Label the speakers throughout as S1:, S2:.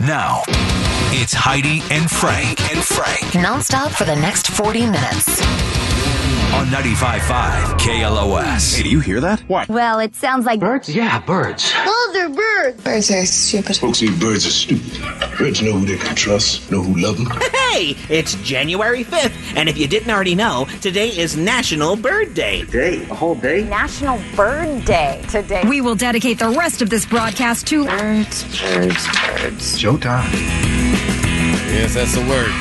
S1: Now, it's Heidi and Frank and Frank
S2: nonstop for the next 40 minutes.
S1: on 95.5 KLOS.
S3: Do you hear that? What?
S4: Well, it sounds like
S5: Birds? Yeah, birds.
S6: Birds are stupid.
S7: Folks see er birds are stupid. Birds know who they can trust, know who love them.
S8: Hey, it's January 5th, and if you didn't already know, today is National Bird Day.
S5: Day? A whole day?
S4: National Bird Day today.
S9: We will dedicate the rest of this broadcast to
S6: Birds, birds, birds.
S3: Showtime.
S10: Yes, that's the word.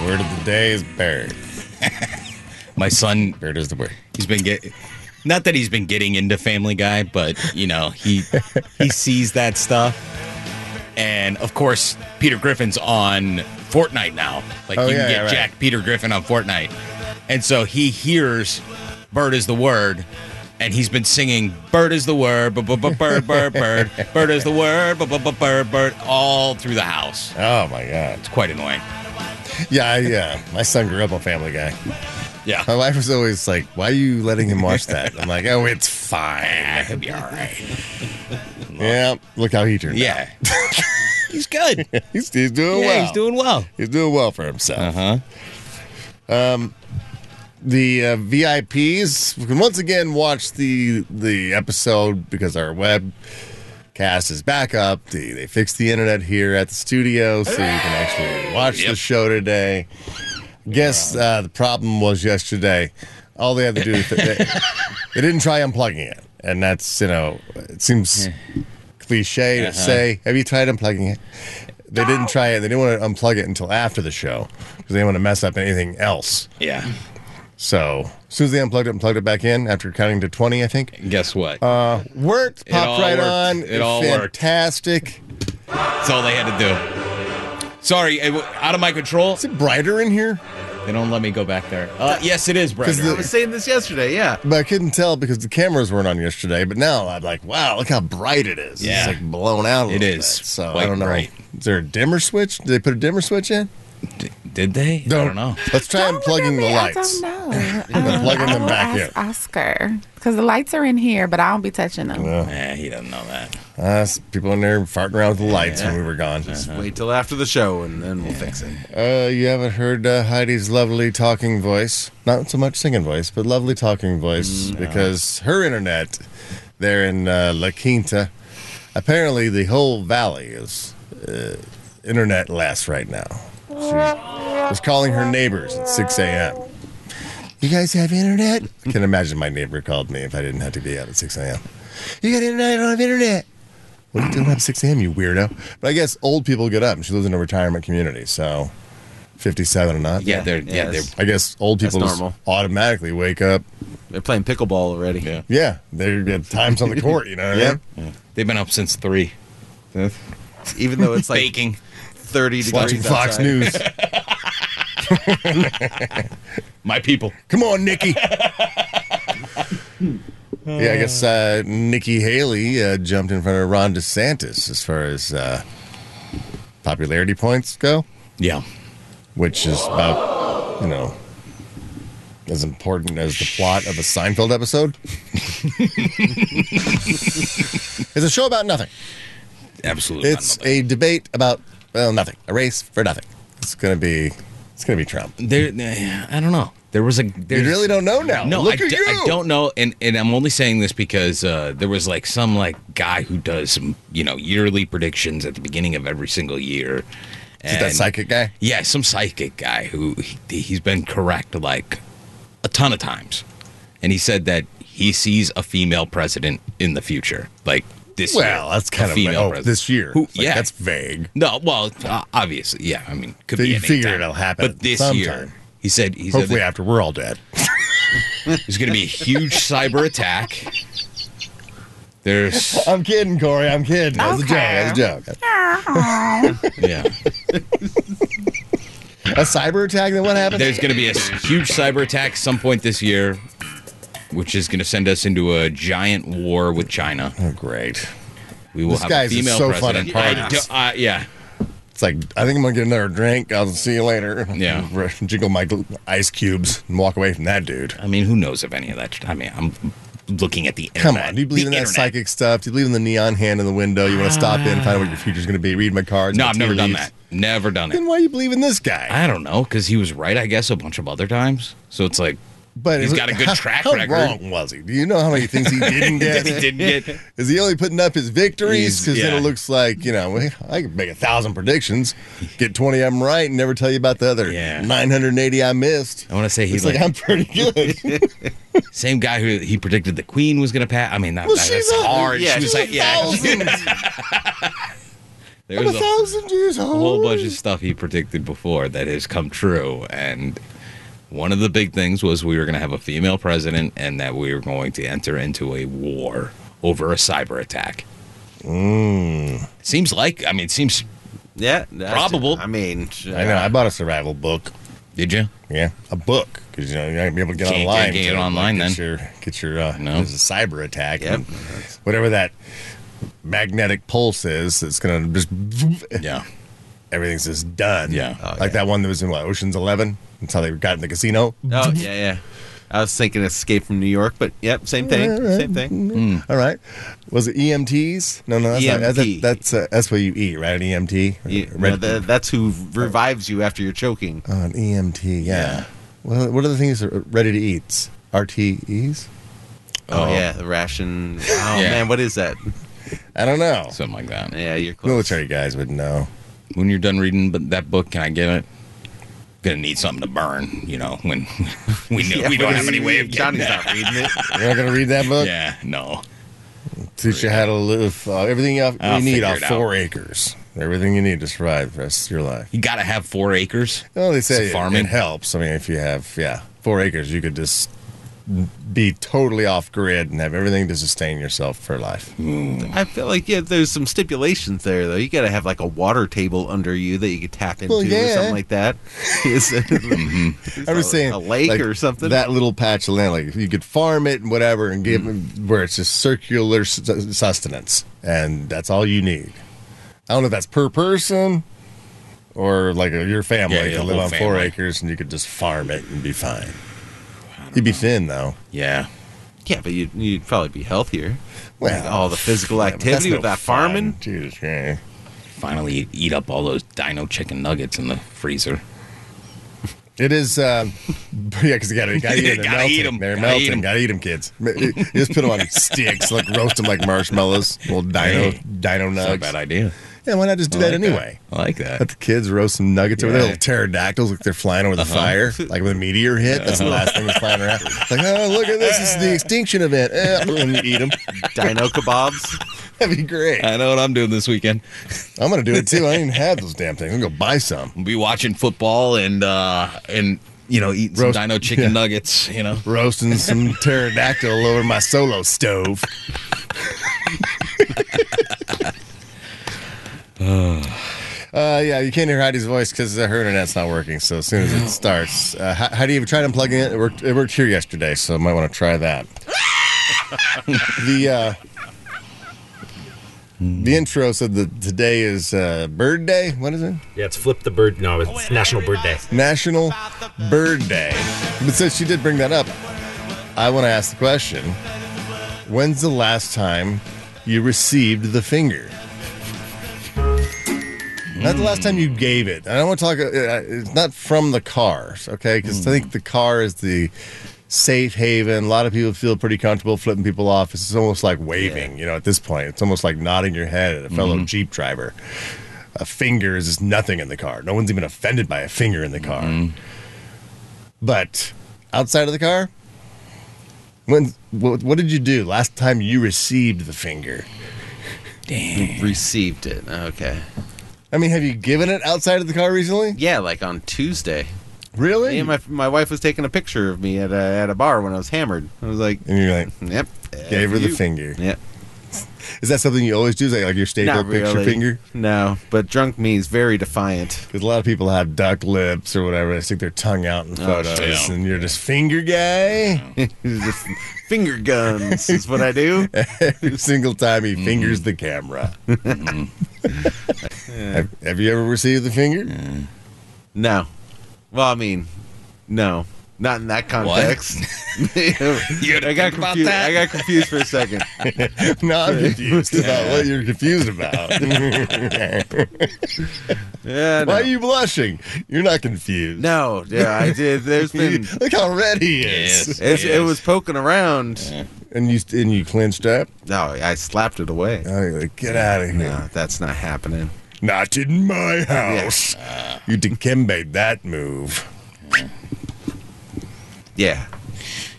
S10: The word of the day is bird. My son, bird is the word. He's been getting. Not that he's been getting into Family Guy, but you know he he sees that stuff, and of course Peter Griffin's on Fortnite now. Like Oh, you yeah, can get yeah, right. Jack Peter Griffin on Fortnite, and so he hears "Bird is the word," and he's been singing "Bird is the word, bu- bu- bu- bird, bird, bird, bird is the word, bu- bu- bu- bird, bird" all through the house. Oh my god, it's quite annoying.
S3: Yeah, I, yeah. My son grew up on Family Guy.
S10: Yeah,
S3: My wife was always like, "Why are you letting him watch that?" I'm like, "Oh, it's fine."
S10: it'll be all right.
S3: Yeah, look how he turned. out.
S10: Yeah, he's good. Yeah,
S3: he's, he's doing well.
S10: he's doing well. Uh-huh.
S3: He's doing well for himself.
S10: huh.
S3: the uh, VIPs can once again watch the the episode because our webcast is back up. The, they fixed the internet here at the studio, so you can actually watch the
S10: Yep.
S3: show today. Guess uh, the problem was yesterday. All they had to do is they, they didn't try unplugging it, and that's you know it seems cliche to say. Have you tried unplugging it? They didn't try it. They didn't want to unplug it until after the show because they didn't want to mess up anything else.
S10: Yeah.
S3: So as soon as they unplugged it and plugged it back in after counting to 20, I think,
S10: Guess what?
S3: worked, popped
S10: all
S3: right
S10: worked.
S3: on.
S10: It all worked.
S3: Fantastic.
S10: That's all they had to do. Sorry, it w- out of my control.
S3: Is it brighter in here?
S10: They don't let me go back there. Uh, yes, it is, Brett.
S3: 'Cause the-
S5: saying this yesterday, yeah.
S3: but I couldn't tell because the cameras weren't on yesterday. But now I'm like, wow, look how bright it is.
S10: Yeah.
S3: It's like blown out a
S10: It
S3: little
S10: is
S3: bit. So I
S10: quite
S3: don't know.
S10: bright.
S3: Is there a dimmer switch? Did they put a dimmer switch in?
S10: Did they? I don't know.
S3: Let's try unplugging the lights.
S6: I don't know.
S3: They're plugging
S6: I
S3: them
S6: will
S3: back
S6: ask
S3: in.
S6: Oscar because the lights are in here, but I won't be touching them.
S10: Eh, he doesn't know that.
S3: Uh, people in there farting around with the lights when we were gone.
S5: Wait till after the show, and then we'll fix it.
S3: Uh, you haven't heard uh, Heidi's lovely talking voice. Not so much singing voice, but lovely talking voice because her internet there in uh, La Quinta, apparently the whole valley is uh, internet less right now. She was calling her neighbors at 6 a.m. You guys have internet? I can imagine my neighbor called me if I didn't have to be out at 6 a.m. You got internet? I don't have internet. What are you doing up at 6 a.m., you weirdo? But I guess old people get up. and She lives in a retirement community, so 57 and up.
S10: Yeah, they're yeah,
S5: yes.
S10: they're
S3: I guess old people
S5: That's
S3: just
S5: normal.
S3: automatically wake up.
S5: They're playing pickleball already.
S10: Yeah.
S3: Yeah, they're at times on the court, you know what I mean?
S10: they've been up since three.
S5: Even though it's like
S10: Baking.
S5: 30
S3: Just
S5: degrees
S3: watching Fox
S5: outside.
S3: News.
S10: My people.
S3: Come on, Nikki. yeah, I guess uh, Nikki Haley uh, jumped in front of Ron DeSantis as far as uh, popularity points go,
S10: Yeah.
S3: which is about, you know, as important as the plot of a Seinfeld episode. it's a show about nothing.
S10: Absolutely.
S3: It's a debate about well nothing, a race for nothing. It's gonna be it's gonna be Trump.
S10: there. eh, I don't know. There was a.
S3: You really don't know now.
S10: No,
S3: look
S10: I,
S3: at
S10: d-
S3: you.
S10: I don't know, and, and I'm only saying this because uh, there was like some like guy who does some you know yearly predictions at the beginning of every single year.
S3: Is it that
S10: And-
S3: psychic guy?
S10: Yeah, some psychic guy who he, he's been correct like a ton of times. And he said that he sees a female president in the future. Like this year,
S3: Well, that's
S10: a
S3: kind of
S10: female
S3: oh,
S10: president.
S3: this year.
S10: Who,
S3: It's like,
S10: yeah.
S3: that's vague.
S10: no, well, uh, obviously, yeah. I mean, could
S3: So
S10: be
S3: you
S10: any
S3: figure
S10: time.
S3: it'll happen
S10: But this
S3: sometime.
S10: year, he said he said
S3: Hopefully
S10: that
S3: after we're all dead.
S10: there's going to be a huge cyber attack. There's
S3: I'm kidding, Corey. I'm kidding. That was a joke. That was a joke.
S10: yeah.
S3: A cyber attack. Then what happened?
S10: There's going to be a s- huge cyber attack some point this year, which is going to send us into a giant war with China.
S3: oh, great.
S10: We will
S3: This
S10: have
S3: guy's
S10: a female
S3: so fun
S10: president.
S3: at
S10: I
S3: parties.
S10: do- uh, yeah,
S3: It's like I think I'm gonna get another drink. I'll see you later.
S10: Yeah.
S3: Jiggle my gl- ice cubes and walk away from that dude.
S10: I mean, who knows if any of that? I mean, I'm looking at the
S3: Come
S10: internet.
S3: on. Do you believe
S10: The
S3: in that
S10: internet.
S3: psychic stuff? Do you believe in the neon hand in the window? You want to stop in, find out what your future's going to be, read my cards?
S10: No,
S3: my
S10: I've
S3: tea
S10: never done
S3: leaves?
S10: that. Never done it.
S3: Then why you believe in this guy?
S10: I don't know because he was right, I guess, a bunch of other times. So it's like
S3: But
S10: He's
S3: is-
S10: got a good
S3: how-
S10: track
S3: how
S10: record.
S3: wrong was he? Do you know how many things he didn't get?
S10: he didn't get.
S3: Is he only putting up his victories?
S10: He's-
S3: Because then
S10: yeah.
S3: it looks like, you know, I could make a thousand predictions, get 20 of them right, and never tell you about the other
S10: Yeah.
S3: 980 I missed.
S10: I want to say
S3: He's
S10: he's
S3: like,
S10: like,
S3: I'm pretty good.
S10: same guy who he predicted the queen was gonna pass. I mean, that,
S3: Well,
S10: that-
S3: she's
S10: that's
S3: a-
S10: hard.
S5: yeah,
S10: she was
S5: she's
S10: like, yeah,
S3: Thousands.
S10: there
S3: I'm a
S10: was a
S3: thousand years old.
S10: whole bunch of stuff he predicted before that has come true, and one of the big things was we were gonna have a female president, and that we were going to enter into a war over a cyber attack.
S3: Mm.
S10: Seems like I mean, it seems.
S5: Yeah, that's-
S10: Probable.
S5: I mean,
S3: I know. I bought a survival book.
S10: Did you?
S3: Yeah, a book because you know you're not gonna be able to get
S10: Can't- can't
S3: online.
S10: get it
S3: until,
S10: online
S3: get
S10: then.
S3: your get your uh,
S10: No.
S3: there's a cyber attack.
S5: Yep.
S3: and whatever that magnetic pulse is, it's gonna just
S10: Yeah.
S3: everything's just done.
S10: Yeah. Oh,
S3: like that one that was in what Ocean's Eleven. That's how they got in the casino.
S5: Oh yeah, yeah. I was thinking Escape from New York, but yep, same thing, same thing.
S3: All right, was it EMTs? No, no, that's not, that's
S10: E
S5: EMT.
S3: that's uh, that's what you eat, right? An EMT,
S5: Yeah,
S3: Red-
S5: no, tha- that's who revives you after you're choking.
S3: oh, an EMT. Yeah.
S10: Yeah.
S3: Well, what are the things that are ready to eat? RTEs?
S5: Oh,
S10: Oh.
S5: yeah, the ration. Oh
S10: Yeah.
S5: man, what is that?
S3: I don't know.
S10: Something like that.
S5: Yeah, you're close.
S3: Military guys would know.
S10: when you're done reading but that book, can I get it? Gonna need something to burn, you know. When we know
S5: Yeah,
S10: we don't have any way of getting
S5: Johnny's
S10: that.
S5: not reading it.
S3: You're not gonna read that book?
S10: Yeah, no.
S3: Teach you how to live uh, everything you,
S10: I'll
S3: you need
S10: figure
S3: off
S10: it out.
S3: four acres. Everything you need to survive the rest of your life.
S10: You gotta have four acres.
S3: Well, they say
S10: It's
S3: it,
S10: farming.
S3: it helps. I mean, if you have, yeah, four acres, you could just be totally off grid and have everything to sustain yourself for life.
S5: Mm-hmm. I feel like yeah, there's some stipulations there though. You gotta have like a water table under you that you could tap into
S3: Well, yeah.
S5: or something like that. Is it-
S3: I was
S5: a-
S3: saying
S5: a lake
S3: like,
S5: or something.
S3: That little patch of land, like you could farm it and whatever, and give
S5: Mm.
S3: where it's just circular sus- sustenance, and that's all you need. I don't know if that's per person or like a, your family
S10: Yeah, yeah,
S3: can
S10: the
S3: live
S10: whole
S3: on four
S10: family.
S3: acres and you could just farm it and be fine. You'd be thin though.
S10: Yeah.
S5: yeah, but you'd, you'd probably be healthier.
S3: Well,
S5: Like, all the physical
S3: yeah, but that's
S5: activity
S3: no
S5: with that
S3: fun.
S5: farming.
S3: Jesus Christ.
S10: Finally you eat up all those dino chicken nuggets in the freezer.
S3: It is, uh, yeah, because you gotta, you gotta eat them.
S10: Gotta
S3: Gotta
S10: eat
S3: eat
S10: 'em.
S3: They're
S10: Gotta eat
S3: melting.
S10: 'em.
S3: Gotta eat them, kids. You just put them on sticks, like roast them like marshmallows. Little dino,
S10: Hey,
S3: dino
S10: That's not a
S3: nugs.
S10: bad idea.
S3: Yeah, why not just do
S10: I
S3: that
S10: like
S3: anyway?
S10: I like
S3: Let
S10: that.
S3: the kids roast some nuggets over there,
S10: Yeah. Uh-huh.
S3: little pterodactyls, like they're flying over the fire, like when a meteor hit. That's the last thing that's flying around. Like, oh, look at this! It's the extinction event. Eh, and you eat them.
S5: Dino kebabs.
S3: That'd be great.
S10: I know what I'm doing this weekend.
S3: I'm gonna do it too. I don't even have those damn things. I'm gonna go buy some.
S10: We'll be watching football and uh and you know, eating
S3: Roast-
S10: some dino chicken
S3: yeah.
S10: nuggets, you know.
S3: Roasting some pterodactyl over my solo stove. Uh, yeah, you can't hear Heidi's voice because her internet's not working. So as soon as it starts, uh, Hei- Heidi, have you tried unplugging it? It worked, it worked here yesterday, so I might want to try that. the uh, the intro said that today is uh, Bird Day. What is it?
S11: Yeah, it's Flip the Bird. No, it's National Bird Day.
S3: National Bird Day. But since you did bring that up, I want to ask the question: When's the last time you received the finger? Not the last time you gave it. And I want to talk. uh, uh, It's not from the cars, okay? Because I think the car is the safe haven. A lot of people feel pretty comfortable flipping people off. It's almost like waving, you know. At this point, it's almost like nodding your head at a fellow Jeep driver. A finger is just nothing in the car. No one's even offended by a finger in the car.
S5: Mm-hmm.
S3: But outside of the car, when what, what did you do last time you received the finger?
S5: Received it. Okay.
S3: I mean, have you given it outside of the car recently?
S5: Yeah, like on Tuesday.
S3: Really?
S5: Me and my my wife was taking a picture of me at a at a bar when I was hammered. I was like,
S3: and you're like,
S5: "Yep."
S3: gave her
S5: F
S3: the
S5: you.
S3: finger.
S5: Yep.
S3: Is that something you always do? Is that like your staple
S5: Not
S3: picture
S5: really.
S3: finger?
S5: No, but drunk me is very defiant.
S3: Because a lot of people have duck lips or whatever. They stick their tongue out
S5: Oh,
S3: in photos,
S10: yeah.
S3: and you're just finger guy.
S5: Just finger guns is what I do.
S3: Every single time he fingers the camera. have, have you ever received the finger?
S5: No. Well, I mean, no. Not in that context. I got confused.
S3: that?
S5: I got confused for a second.
S3: no, I'm confused about what you're confused about. Why are you blushing? You're not confused.
S5: No, yeah, I did. There's been
S3: look how red he is.
S5: It's, It was poking around.
S3: And you and you clenched up.
S5: No, I slapped it away.
S3: Get out of here.
S5: No, that's not happening.
S3: Not in my house. You dikembe that move.
S5: Yeah.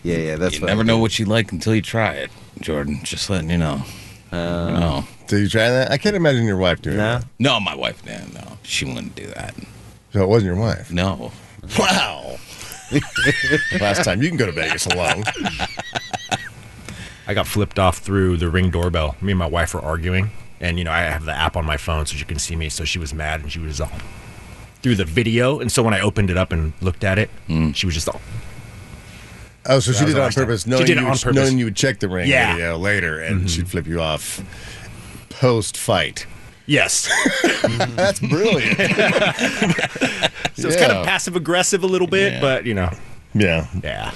S5: Yeah, yeah, that's
S10: You never know what you like until you try it, Jordan. Just letting you know. no.
S3: Did you try that? I can't imagine your wife doing that.
S10: No, my wife, no, no. She wouldn't do that.
S3: So it wasn't your wife.
S10: No.
S3: Wow. Last time you can go to Vegas alone.
S11: I got flipped off through the ring doorbell. Me and my wife were arguing, and you know I have the app on my phone so she can see me. So she was mad, and she was all through the video. And so when I opened it up and looked at it,
S3: Mm.
S11: she was just all
S3: Oh, so
S11: That
S3: she
S11: was
S3: did it
S11: the
S3: on
S11: last time.
S3: purpose.
S11: She
S3: Knowing
S11: did it
S3: you,
S11: on purpose.
S3: Knowing you would check the ring
S11: Yeah.
S3: video later, and she'd flip you off post fight.
S11: yes.
S3: That's brilliant.
S11: So it's kind
S3: Yeah.
S11: of passive aggressive a little bit,
S10: Yeah.
S11: but you know,
S3: Yeah.
S11: yeah.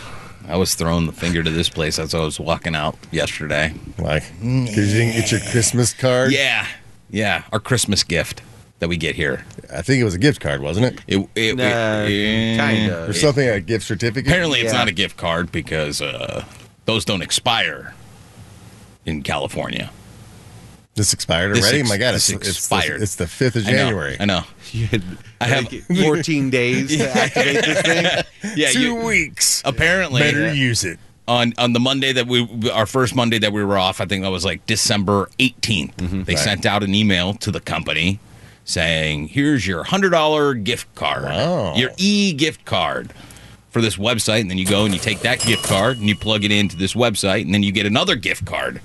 S10: I was throwing the finger to this place as I was walking out yesterday.
S3: Like, because you didn't get your Christmas card.
S10: Yeah. Yeah. Our Christmas gift that we get here.
S3: I think it was a gift card, wasn't it?
S10: It, it,
S5: Nah,
S10: it-
S5: kinda.
S3: Or something, a gift certificate.
S10: Uh, Apparently, it's
S5: Yeah.
S10: not a gift card because uh, those don't expire in California.
S3: This expired
S10: This
S3: already?
S10: ex-
S3: My God,
S10: this
S3: it's, it's,
S10: expired.
S3: The, it's the 5th of
S10: I know,
S3: January.
S10: I know.
S5: You had
S10: I have.
S5: like 14 days to activate this thing.
S10: Yeah.
S3: Two
S10: You,
S3: weeks.
S10: apparently,
S3: Better use it.
S10: on on the Monday that we our first Monday that we were off, I think that was like December 18th. They
S3: Mm-hmm. Right.
S10: sent out an email to the company saying, "Here's your $100 gift card.
S3: Wow.
S10: Your e-gift card." For this website, and then you go and you take that gift card and you plug it into this website, and then you get another gift card.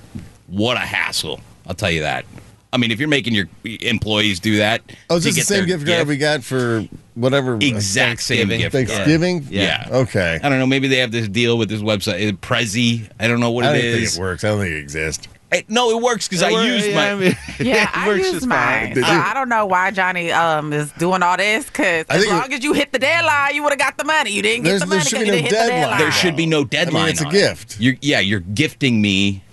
S10: What a hassle! I'll tell you that. I mean, if you're making your employees do that,
S3: Oh, is
S10: to
S3: this the
S10: get their
S3: same gift card we got for whatever? uh,
S10: Exact same
S3: Thanksgiving.
S10: gift card.
S3: Thanksgiving?
S10: Yeah.
S3: Okay.
S10: I don't know. Maybe they have this deal with this website, Prezi. I don't know what
S3: I don't
S10: it is.
S3: think it works. I don't think it exists.
S10: Hey, no, it works because I
S5: Well,
S10: used
S5: yeah,
S10: my.
S5: I mean,
S6: Yeah,
S5: it
S6: I
S5: works
S6: used
S5: just
S6: mine.
S5: fine.
S6: So I don't know why Johnny um is doing all this because
S3: I
S6: as
S3: think it-
S6: long as you hit the deadline, you would have got the money. You didn't get
S3: There's-
S6: the
S3: there
S6: money
S3: should
S6: because
S3: be
S6: you
S3: no
S6: didn't hit the
S3: deadline.
S6: deadline.
S10: there should be no deadline.
S3: it's a
S10: on it.
S3: gift.
S10: You're, yeah, you're gifting me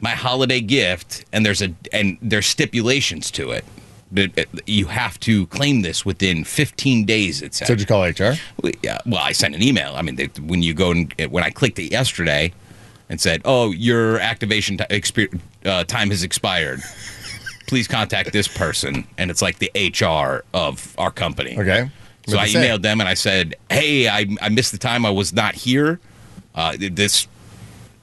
S10: my holiday gift, and there's a and there's stipulations to it. That- that You have to claim this within 15 days. It says.
S3: So did you call HR?
S10: yeah, well, I sent an email. I mean, they, when you go and uh, when I clicked it yesterday and said, "Oh, your activation ti expi- uh, time has expired. Please contact this person." And it's like the HR of our company.
S3: Okay.
S10: So I
S3: What'd they say?
S10: emailed them and I said, "Hey, I, I missed the time. I was not here. Uh, this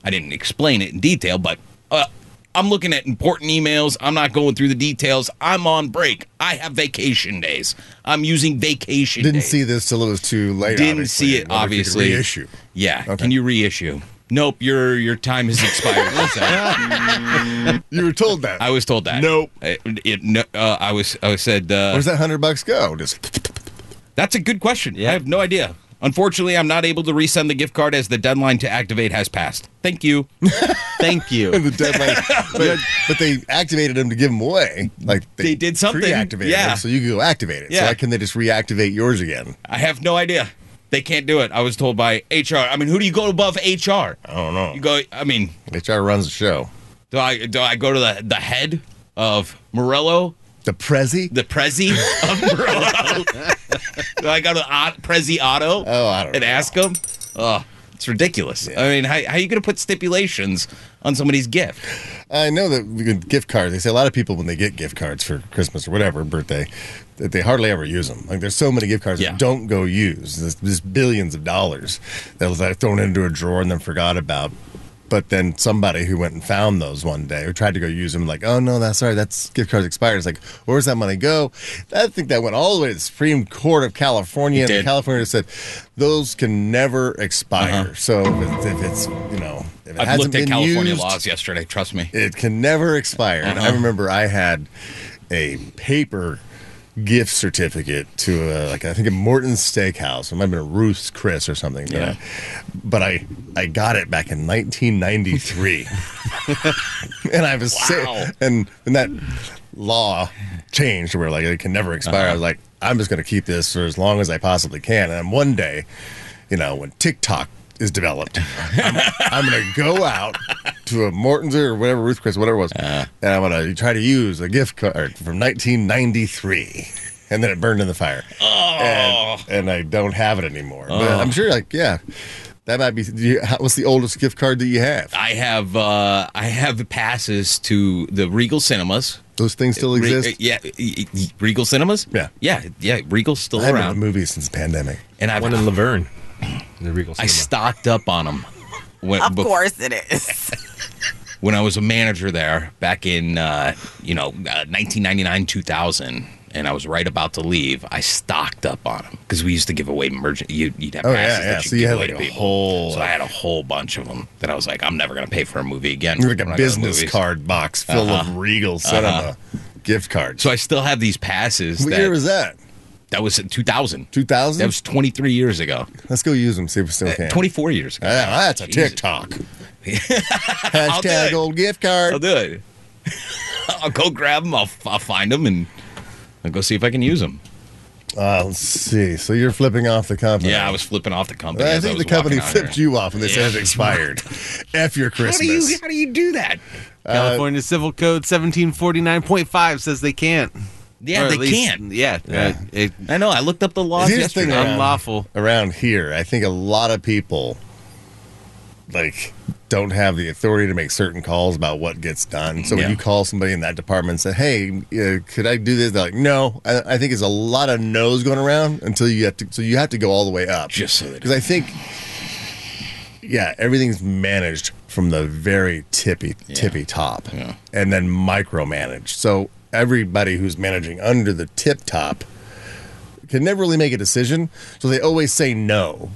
S10: I didn't explain it in detail, but uh, I'm looking at important emails. I'm not going through the details. I'm on break. I have vacation days. I'm using vacation.
S3: Didn't
S10: days.
S3: see this till it was too late.
S10: Didn't
S3: obviously.
S10: see it.
S3: Wonder if you could
S10: Obviously,
S3: Reissue.
S10: Yeah.
S3: Okay.
S10: Can you reissue? Nope. Your your time has expired. What's that?
S3: You were told that.
S10: I was told that.
S3: Nope.
S10: It, it- no, uh, I was. I was said. Uh,
S3: Where's that hundred bucks go? Just
S10: That's a good question. I have no idea. Unfortunately, I'm not able to resend the gift card as the deadline to activate has passed. Thank you.
S5: Thank you.
S3: the deadline. but, but they activated them to give them away. Like
S10: They did something.
S3: Pre-activated
S10: Yeah.
S3: them, so you could go activate it. So
S10: Yeah.
S3: why can they just reactivate yours again?
S10: I have no idea. They can't do it. I was told by HR. I mean, who do you go above HR?
S3: I don't know.
S10: You go. I mean,
S3: HR runs the show.
S10: do I do I go to the the head of Morello,
S3: The Prezi.
S10: the Prezi of Morello? do I go to uh, Prezi Auto?
S3: Oh, I don't
S10: and
S3: know.
S10: ask them. Oh, it's ridiculous. I mean, how, how are you going to put stipulations on somebody's gift?
S3: I know that we can gift cards. They say a lot of people when they get gift cards for Christmas or whatever birthday, that they hardly ever use them. Like there's so many gift cards
S10: Yeah.
S3: that don't go used. There's, there's billions of dollars that was like thrown into a drawer and then forgot about. But then somebody who went and found those one day or tried to go use them, like, oh no, that's sorry, that's gift cards expired. It's like, where's that money go? I think that went all the way to the Supreme Court of California,
S10: It
S3: and the
S10: did. Uh-huh.
S3: California said those can never expire. So if it's, if it's you know, if it
S10: I've
S3: hasn't
S10: looked at
S3: been
S10: California
S3: used,
S10: laws yesterday. Trust me.
S3: it can never expire. And I
S10: Uh-huh.
S3: remember I had a paper gift certificate to uh like I think a Morton's Steakhouse. It might have been a Ruth's Chris or something. but
S10: Yeah.
S3: I- But I, I got it back in 1993, and I was sa-
S10: Wow.
S3: and and that law changed where
S10: Uh-huh.
S3: like it can never expire. I was like, I'm just going to keep this for as long as I possibly can. And one day, you know, when TikTok is developed, I'm, I'm going to go out to a Morton's or whatever, Ruth Chris, whatever it was,
S10: Uh.
S3: and I'm going to try to use a gift card from 1993. And then it burned in the fire. Oh. And, and I don't have it anymore. But
S10: Oh.
S3: I'm sure, like, yeah, that might be. do you- how- What's the oldest gift card that you have?
S10: I have uh, I have passes to the Regal Cinemas.
S3: Those things still
S10: Re-
S3: exist?
S10: yeah, e- e- Regal Cinemas. Yeah, yeah, yeah. Regal's still
S3: I haven't been
S10: uh, around.
S3: to movies since the pandemic.
S10: and I've
S11: One in Laverne. The Regal
S10: I stocked up on them. When,
S6: Of
S10: bef-
S6: course it is.
S10: when I was a manager there back in uh, you know uh, 1999 2000 and I was right about to leave I stocked up on them because we used to give away emergency you'd, you'd have
S3: Oh, yeah,
S10: passes
S3: yeah.
S10: that
S3: So you
S10: give
S3: had,
S10: away
S3: like,
S10: to
S3: a
S10: people. so I had a whole bunch of them that I was like I'm never gonna pay for a movie again
S3: Like
S10: when I go to
S3: a business
S10: movies.
S3: card box filled
S10: Uh-huh.
S3: of Regal Cinema
S10: Uh-huh.
S3: gift cards.
S10: so I still have these passes
S3: What
S10: that,
S3: year was that?
S10: that was in 2000
S3: 2000?
S10: that was Uh, 23 years ago
S3: Let's go use them, see if we still can.
S10: 24 years ago
S3: Ah, that's a
S10: Jesus.
S3: TikTok.
S10: I'll do
S3: Hashtag
S10: it.
S3: old gift card.
S10: I'll do it. I'll go grab them. I'll, I'll find them and I'll go see if I can use them.
S3: Uh, let's see. So you're flipping off the company.
S10: Yeah, I was flipping off the company.
S3: I
S10: as
S3: think
S10: was
S3: the company
S10: walking out here.
S3: flipped you off and they said it expired. F your
S10: How do you
S3: Christmas.
S10: how do you do that? Uh,
S5: California Civil Code 1749.5 says they can't.
S10: Yeah,
S5: Or at
S10: they
S5: least-
S10: can't.
S5: Yeah,
S3: Yeah.
S5: uh, it-
S10: I know. I looked up the laws
S3: Here's the
S10: yesterday.
S3: thing, man.
S5: unlawful.
S3: Around here, I think a lot of people like don't have the authority to make certain calls about what gets done. So
S10: Yeah.
S3: when you call somebody in that department and say, "Hey, uh, could I do this?" They're like, "No." I, I think it's a lot of no's going around until you have to. So you have to go all the way up,
S10: Just so that-
S3: because I think, yeah, everything's managed from the very tippy tippy top,
S10: Yeah.
S3: and then micromanaged. So everybody who's managing under the tip top can never really make a decision. So they always say no.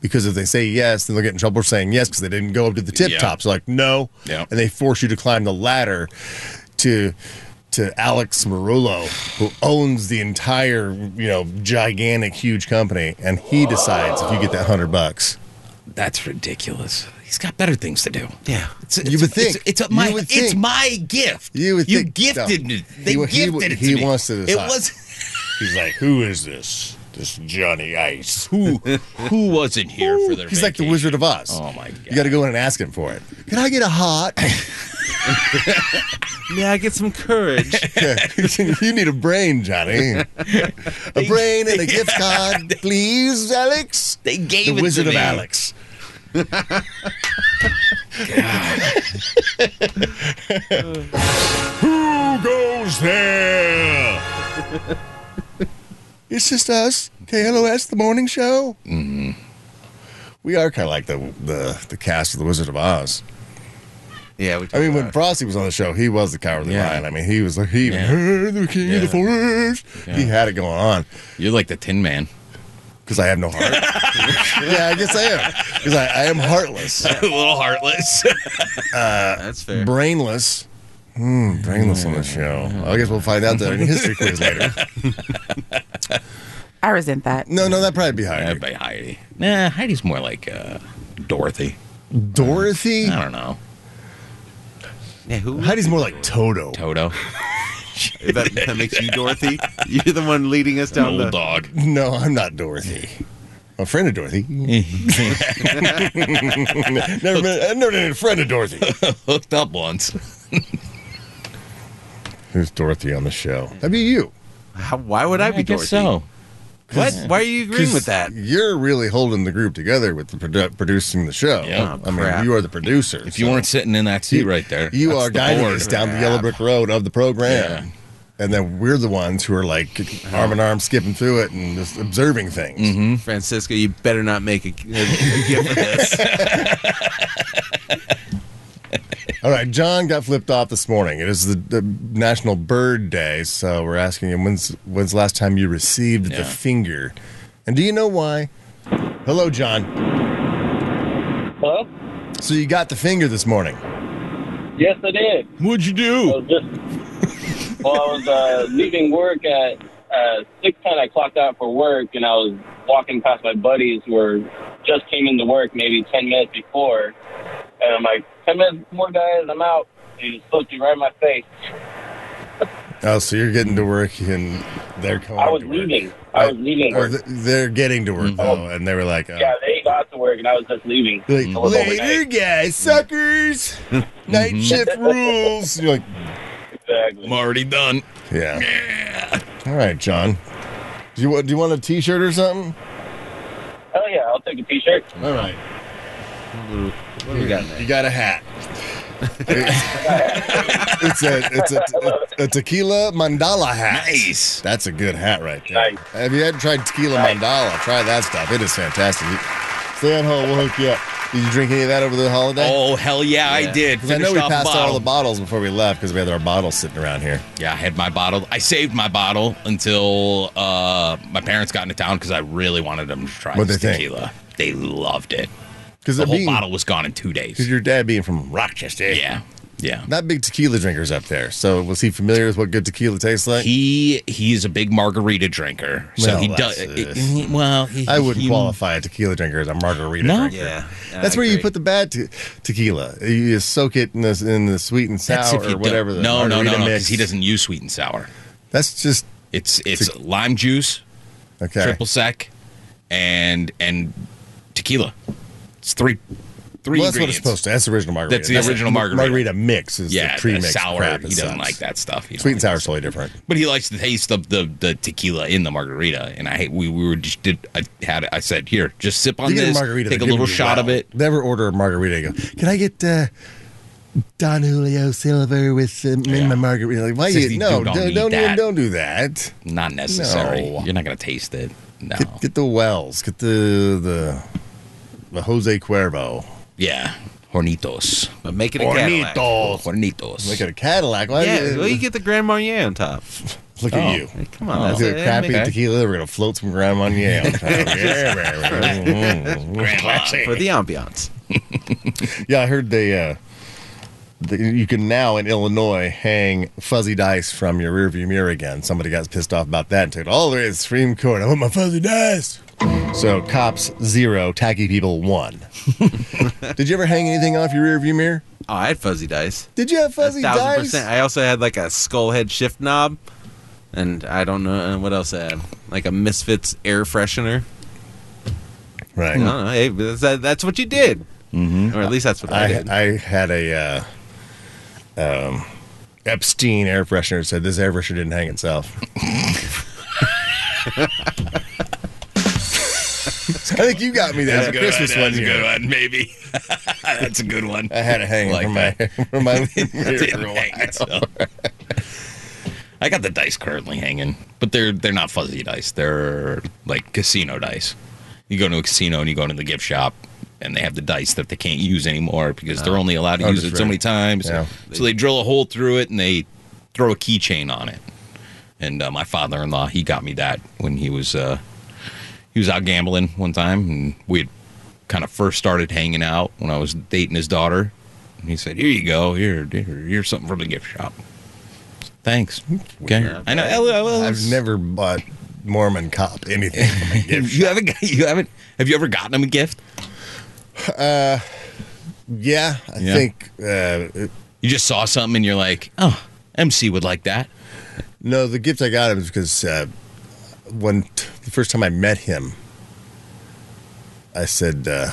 S3: Because if they say yes, then they'll get in trouble for saying yes because they didn't go up to the tip
S10: Yeah.
S3: top. So like no,
S10: Yeah.
S3: and they force you to climb the ladder to to Alex Marullo, who owns the entire you know gigantic huge company, and he decides if you get that hundred bucks.
S10: That's ridiculous. He's got better things to do.
S5: Yeah.
S10: It's,
S3: You would think.
S10: it's, it's
S3: You
S10: my
S3: would
S10: it's
S3: think.
S10: my gift.
S3: You would
S10: you
S3: think-
S10: gifted
S3: no.
S10: me. They
S3: He- he-
S10: gifted it to
S3: he
S10: me.
S3: wants to
S10: It
S3: decide.
S10: was
S3: He's like, who is this? This Johnny Ice.
S10: who who wasn't here for their.
S3: He's like the
S10: vacation?
S3: Wizard of Oz.
S10: Oh my god!
S3: You got to go in and ask him for it. Can I get a hot?
S5: Yeah, I get some courage.
S3: you need a brain, Johnny. A brain and a gift card, please, Alex.
S10: They gave
S3: the
S10: it
S3: Wizard
S10: to
S3: of
S10: me.
S3: Alex. Who goes there? It's just us, KLOS, the morning show. Mm-hmm. We are kind of like the, the the cast of the Wizard of Oz.
S5: yeah, we
S3: I mean, when Frosty was on the show, he was the cowardly
S10: Yeah.
S3: lion. I mean, he was like he even
S10: Yeah.
S3: heard the king of the
S10: Yeah.
S3: forest. He had it going on
S10: You're like the Tin Man.
S3: because I have no heart. yeah, I guess I am because I, I am heartless.
S10: a little heartless.
S5: that's fair.
S3: brainless. Hmm, brainless on the show. I guess we'll find out that in history quiz later.
S6: I resent that.
S3: No, no, that probably be higher.
S10: That'd be Heidi. Nah, Heidi's more like uh, Dorothy.
S3: Dorothy.
S10: I don't know.
S5: Yeah, who?
S3: Heidi's more like Toto.
S10: Toto.
S5: That, that makes you Dorothy. You're the one leading us down
S10: Old
S5: the.
S10: dog.
S3: No, I'm not Dorothy. I'm a friend of Dorothy. never been, I've never been a friend of Dorothy.
S10: Hooked up once.
S3: Who's Dorothy on the show? That'd be you.
S5: How, why would I be
S10: I guess so.
S5: Dorothy? What? Why are you agreeing with that?
S3: You're really holding the group together with the produ- producing the show.
S10: Yeah.
S3: I mean,
S5: Crap.
S3: you are the producer.
S10: If you
S3: so
S10: weren't sitting in that seat right there,
S3: you
S10: that's
S3: are
S10: the
S3: guiding
S10: board.
S3: us down the yellow brick road of the program.
S10: Yeah. Uh-huh.
S3: And then we're the ones who are like arm in arm skipping through it and just observing things.
S10: Mm-hmm.
S5: Francisco, you better not make a, a gift of this.
S3: All right, John got flipped off this morning. It is the, the National Bird Day, so we're asking him when's when's the last time you received
S10: Yeah.
S3: the finger, and do you know why? Hello, John.
S12: Hello?
S3: So you got the finger this morning.
S12: Yes, I did.
S10: What'd you
S12: I
S10: do?
S12: was just, well, I was uh, leaving work at uh, six ten. I clocked out for work, and I was walking past my buddies who were just came into work maybe ten minutes before, and I'm like, ten minutes more, guys, I'm out. And he just looked you right in my face.
S3: Oh, so you're getting to work and they're coming.
S12: I was
S3: to work.
S12: leaving. I was leaving
S3: Or
S12: work.
S10: Mm-hmm.
S3: th- they're getting to work though, and they were like, oh,
S12: Yeah, they work, and I was just leaving.
S3: You're like,
S12: I was
S3: later,
S12: overnight.
S3: guys,
S12: Mm-hmm.
S3: suckers. Night shift rules. You're like,
S12: exactly.
S10: I'm already done.
S3: Yeah. All right, John. Do you want? Do you want a T-shirt or something?
S12: Hell yeah, I'll take a T-shirt.
S3: All right.
S12: What do we got
S3: You got a hat. it's a it's a, a tequila mandala hat. Nice. That's a good hat right there. If you hadn't tried tequila mandala, try that stuff. It is fantastic. You- Stay on hold. We'll hook you up. Did you drink any of that over the holiday?
S10: Oh, hell yeah, I did.
S3: 'Cause I know
S10: Finished
S3: we
S10: off a
S3: passed all
S10: bottle.
S3: the bottles before we left because we had our bottles sitting around here.
S10: Yeah, I had my bottle. I saved my bottle until uh, my parents got into town because I really wanted them to try
S3: What'd
S10: this
S3: they think?
S10: tequila. They loved it.
S3: 'Cause
S10: the
S3: it
S10: whole
S3: being-
S10: bottle was gone in two days.
S3: Because your dad being from Rochester.
S10: Yeah. Yeah.
S3: Not big tequila drinkers up there. So was he familiar with what good tequila tastes like?
S10: He he's a big margarita drinker. So he does. it- well, he-
S3: I wouldn't
S10: he-
S3: qualify a tequila drinker as a margarita
S10: No?
S3: drinker.
S10: Yeah, I
S3: that's where you
S10: agree.
S3: put the bad te- tequila. You just soak it in the in the sweet and
S10: That's
S3: sour
S10: if you
S3: or whatever.
S10: don't-
S3: The
S10: No, no, no,
S3: margarita
S10: no,
S3: mix.
S10: because he doesn't use sweet and sour.
S3: That's just
S10: it's it's lime juice,
S3: okay,
S10: triple sec, and and tequila. It's three three.
S3: Well, that's what it's
S10: ingredients.
S3: supposed to. That's the original margarita.
S10: That's the original
S3: m-
S10: margarita.
S3: Margarita mix is
S10: Yeah,
S3: the
S10: the
S3: pre-mix
S10: sour,
S3: crap.
S10: he doesn't like that stuff. He don't
S3: Sweet and sour is totally different.
S10: But he likes the taste of the, the tequila in the margarita, and I hate we, we were just did I had I said here just sip on
S3: You get
S10: this,
S3: they're
S10: take a
S3: giving
S10: little
S3: you
S10: shot of
S3: well.
S10: it.
S3: Never order a margarita. and go, can I get uh, Don Julio Silver with uh, in my margarita? Like, why
S10: Says
S3: you?
S10: you
S3: No,
S10: don't
S3: don't don't,
S10: need
S3: don't,
S10: that.
S3: don't do that.
S10: Not necessary.
S3: No.
S10: You're not gonna taste it. No.
S3: Get, get the Wells. Get the the the Jose Cuervo.
S10: Yeah. Hornitos.
S5: But uh, make it a Cadillac.
S3: Hornitos.
S10: Hornitos.
S3: Make it a Cadillac. Why
S5: yeah,
S3: you-
S5: well, you get the Grand Marnier on top.
S3: Look
S5: Oh,
S3: at you.
S5: hey, come on, that's
S3: With
S5: it.
S3: your crappy
S5: Okay.
S3: tequila. We're gonna float some grime on you.
S5: Grandma for the ambiance.
S3: yeah, I heard they. Uh, the, you can now in Illinois hang fuzzy dice from your rearview mirror again. Somebody got pissed off about that and took it all the way to the Supreme Court. I want my fuzzy dice. So cops zero, tacky people one. Did you ever hang anything off your rearview mirror?
S5: Oh, I had fuzzy dice.
S3: Did you have fuzzy
S5: Thousand
S3: dice?
S5: percent. I also had like a skull head shift knob, and I don't know and what else I had. Like a Misfits air freshener.
S3: Right.
S5: I don't know. Hey, that's, that- that's what you did, mm-hmm. or at least that's what I,
S3: I
S5: did.
S3: I had a uh, um, Epstein air freshener said this air freshener didn't hang itself. I think you got me that
S10: That's
S3: for
S10: a good
S3: Christmas
S10: one.
S3: one
S10: That's a good
S3: year.
S10: one. Maybe. That's a good one.
S3: I had it hanging
S10: Like
S3: from my from my mirror
S10: Didn't
S3: for a
S10: hang
S3: while.
S10: I got the dice currently hanging, but they're they're not fuzzy dice. They're like casino dice. You go to a casino and you go into the gift shop, and they have the dice that they can't use anymore because they're only allowed to
S3: Oh,
S10: use
S3: just
S10: it so
S3: right.
S10: many times.
S3: Yeah.
S10: So they drill a hole through it and they throw a keychain on it. And uh, my father-in-law, he got me that when he was uh, he was out gambling one time, and we had kind of first started hanging out when I was dating his daughter. And he said, "Here you go. Here, here here's something from the gift shop." Thanks. Okay. I know.
S3: I've never bought Mormon cop anything. From a gift
S10: You haven't. got- You haven't. Have you ever gotten him a gift?
S3: Uh, yeah, I
S10: Yeah.
S3: think uh, it-
S10: You just saw something and you're like, "Oh, MC would like that."
S3: No, the gift I got him was because uh, when t- the first time I met him, I said, uh,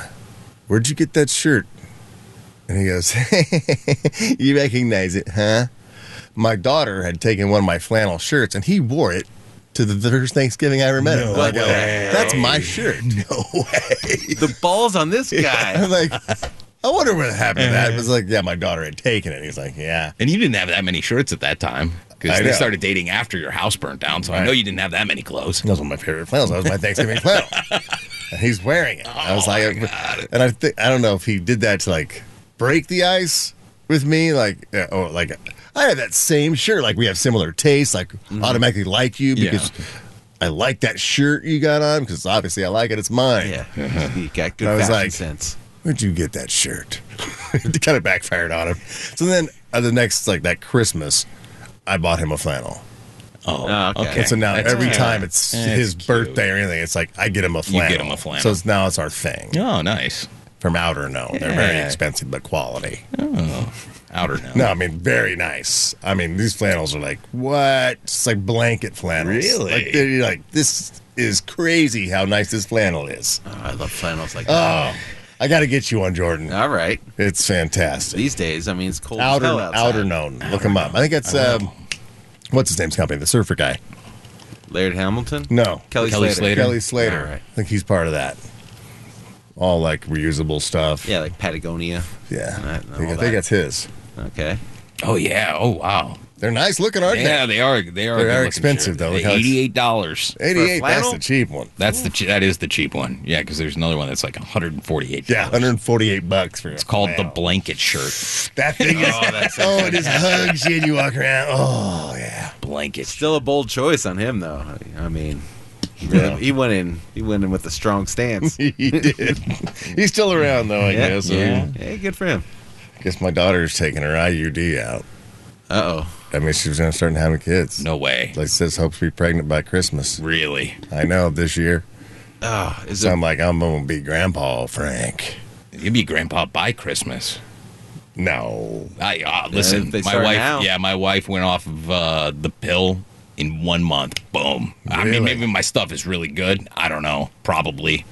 S3: "Where'd you get that shirt?" And he goes, "You recognize it, huh?" My daughter had taken one of my flannel shirts, and he wore it to the first Thanksgiving I ever met him. Like, uh, That's my shirt. No way.
S5: the balls on this guy.
S3: I'm like, I wonder what happened to that. It was like, yeah, my daughter had taken it. He's like, yeah.
S10: And you didn't have that many shirts at that time because
S3: I
S10: they
S3: know.
S10: started dating after your house burnt down. So I
S3: Right.
S10: know you didn't have that many clothes.
S3: That was one of my favorite flannels. That was my Thanksgiving flannel. And he's wearing it. I was like, and I think I don't know if he did that to like break the ice with me, like uh, oh, like I have that same shirt. Like we have similar tastes. Like automatically like you
S10: Yeah.
S3: because I like that shirt you got on because obviously I like it. It's mine.
S5: Yeah, he got good
S3: I was
S5: fashion
S3: like-
S5: sense.
S3: Where'd you get that shirt? it kind of backfired on him. So then uh, the next like that Christmas, I bought him a flannel.
S5: Oh, okay.
S3: And so now
S10: That's
S3: every
S10: cute.
S3: time it's
S10: That's
S3: his
S10: cute.
S3: birthday or anything, it's like I get him a flannel.
S10: get him a flannel.
S3: So it's, now it's our thing.
S10: Oh, nice.
S3: From Outer No. They're very
S10: Yeah.
S3: expensive, but quality.
S10: Oh, outer now.
S3: No, I mean, very nice. I mean, these flannels are like, what? It's like blanket flannels.
S10: Really?
S3: Like, they're like, this is crazy how nice this flannel is.
S5: Oh, I love flannels like
S3: that. Oh, I got to get you one, Jordan.
S5: All right.
S3: It's fantastic.
S5: These days, I mean, it's cold
S3: Outer,
S5: as hell outside.
S3: outer known. Look him up. I think it's um, what's his name's company, the surfer guy.
S5: Laird Hamilton?
S3: No,
S5: Kelly Kelly Slater. Slater.
S3: Kelly Slater.
S5: All right.
S3: I think he's part of that. All like reusable stuff.
S5: Yeah, like Patagonia.
S3: Yeah, I think,
S5: all
S3: I think
S5: that.
S3: that's his.
S5: Okay.
S10: Oh yeah. Oh wow.
S3: They're nice looking, aren't they?
S10: Yeah, they are. They are.
S3: They are
S10: good-looking
S3: expensive,
S10: shirts.
S3: though. Look how
S10: They're
S3: ex-
S10: Eighty-eight dollars.
S3: $88, that's the cheap one.
S10: That's the che- that is the cheap one. Yeah, because there's another one that's like one hundred and forty-eight.
S3: Yeah, 148 bucks for
S10: It's called the blanket shirt.
S3: That thing is.
S10: Oh, that's
S3: oh, it just hugs you and you walk around. Oh, yeah.
S10: Blanket.
S5: Still a bold choice on him, though. I mean, he, really- he went in. He went in with a strong stance.
S3: he did. He's still around though, I
S5: yeah,
S3: guess.
S5: Yeah. Hey, good for him.
S3: Guess my daughter's taking her IUD out.
S5: Uh oh.
S3: That means she was gonna start having kids.
S10: No way.
S3: Like says, hopes to be pregnant by Christmas.
S10: Really?
S3: I know this year.
S10: Ah,
S5: Oh, is
S3: so
S5: it?
S3: I'm like, I'm gonna be Grandpa Frank.
S10: You'd be Grandpa by Christmas.
S3: No.
S10: I uh, listen.
S5: if they
S10: my
S5: start
S10: wife.
S5: now.
S10: Yeah, my wife went off of uh, the pill in one month. Boom. I
S3: Really?
S10: mean, maybe my stuff is really good. I don't know. Probably.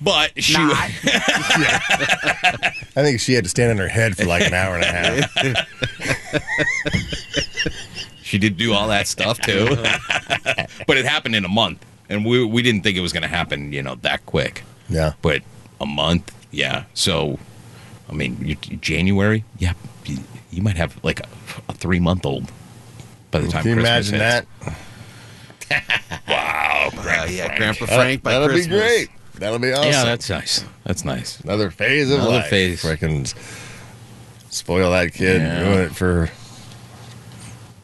S10: but she.
S3: I think she had to stand on her head for like an hour and a half.
S10: She did do all that stuff too. but it happened in a month. And we we didn't think it was gonna happen, you know, that quick.
S3: Yeah.
S10: But a month, yeah. So I mean, you, January, yeah, you, you might have like a, a three month old by the time
S3: Can you
S10: Christmas
S3: imagine that?
S10: that? Wow, Grandpa
S5: Uh, yeah,
S10: Frank.
S5: Grandpa Frank by
S3: That'll
S5: Christmas.
S3: be great. That'll be awesome.
S10: Yeah, that's nice. That's nice.
S3: another phase of
S10: Another
S3: life.
S10: phase.
S3: Freaking spoil that kid,
S10: Yeah.
S3: and ruin it for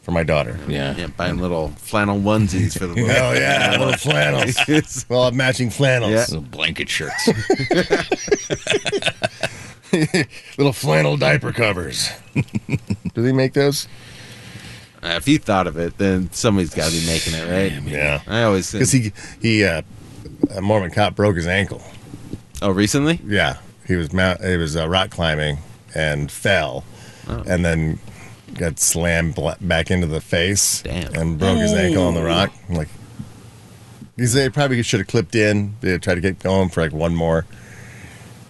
S3: for my daughter.
S10: Yeah.
S5: Yeah, buying little flannel onesies for the little.
S3: Oh yeah, little flannels. Well, matching flannels.
S5: Yeah.
S10: Little blanket shirts.
S3: Little flannel diaper covers. Do they make those?
S5: Uh, if he thought of it, then somebody's got to be making it, right?
S3: Yeah.
S5: I always
S3: Because he he uh, a Mormon cop broke his ankle.
S5: Oh, recently?
S3: Yeah, he was mount, he was uh, rock climbing and fell, and then got slammed bla- back into the face
S5: Damn.
S3: and broke his ankle on the rock. I'm like he said, he probably should have clipped in. They tried to get going for like one more,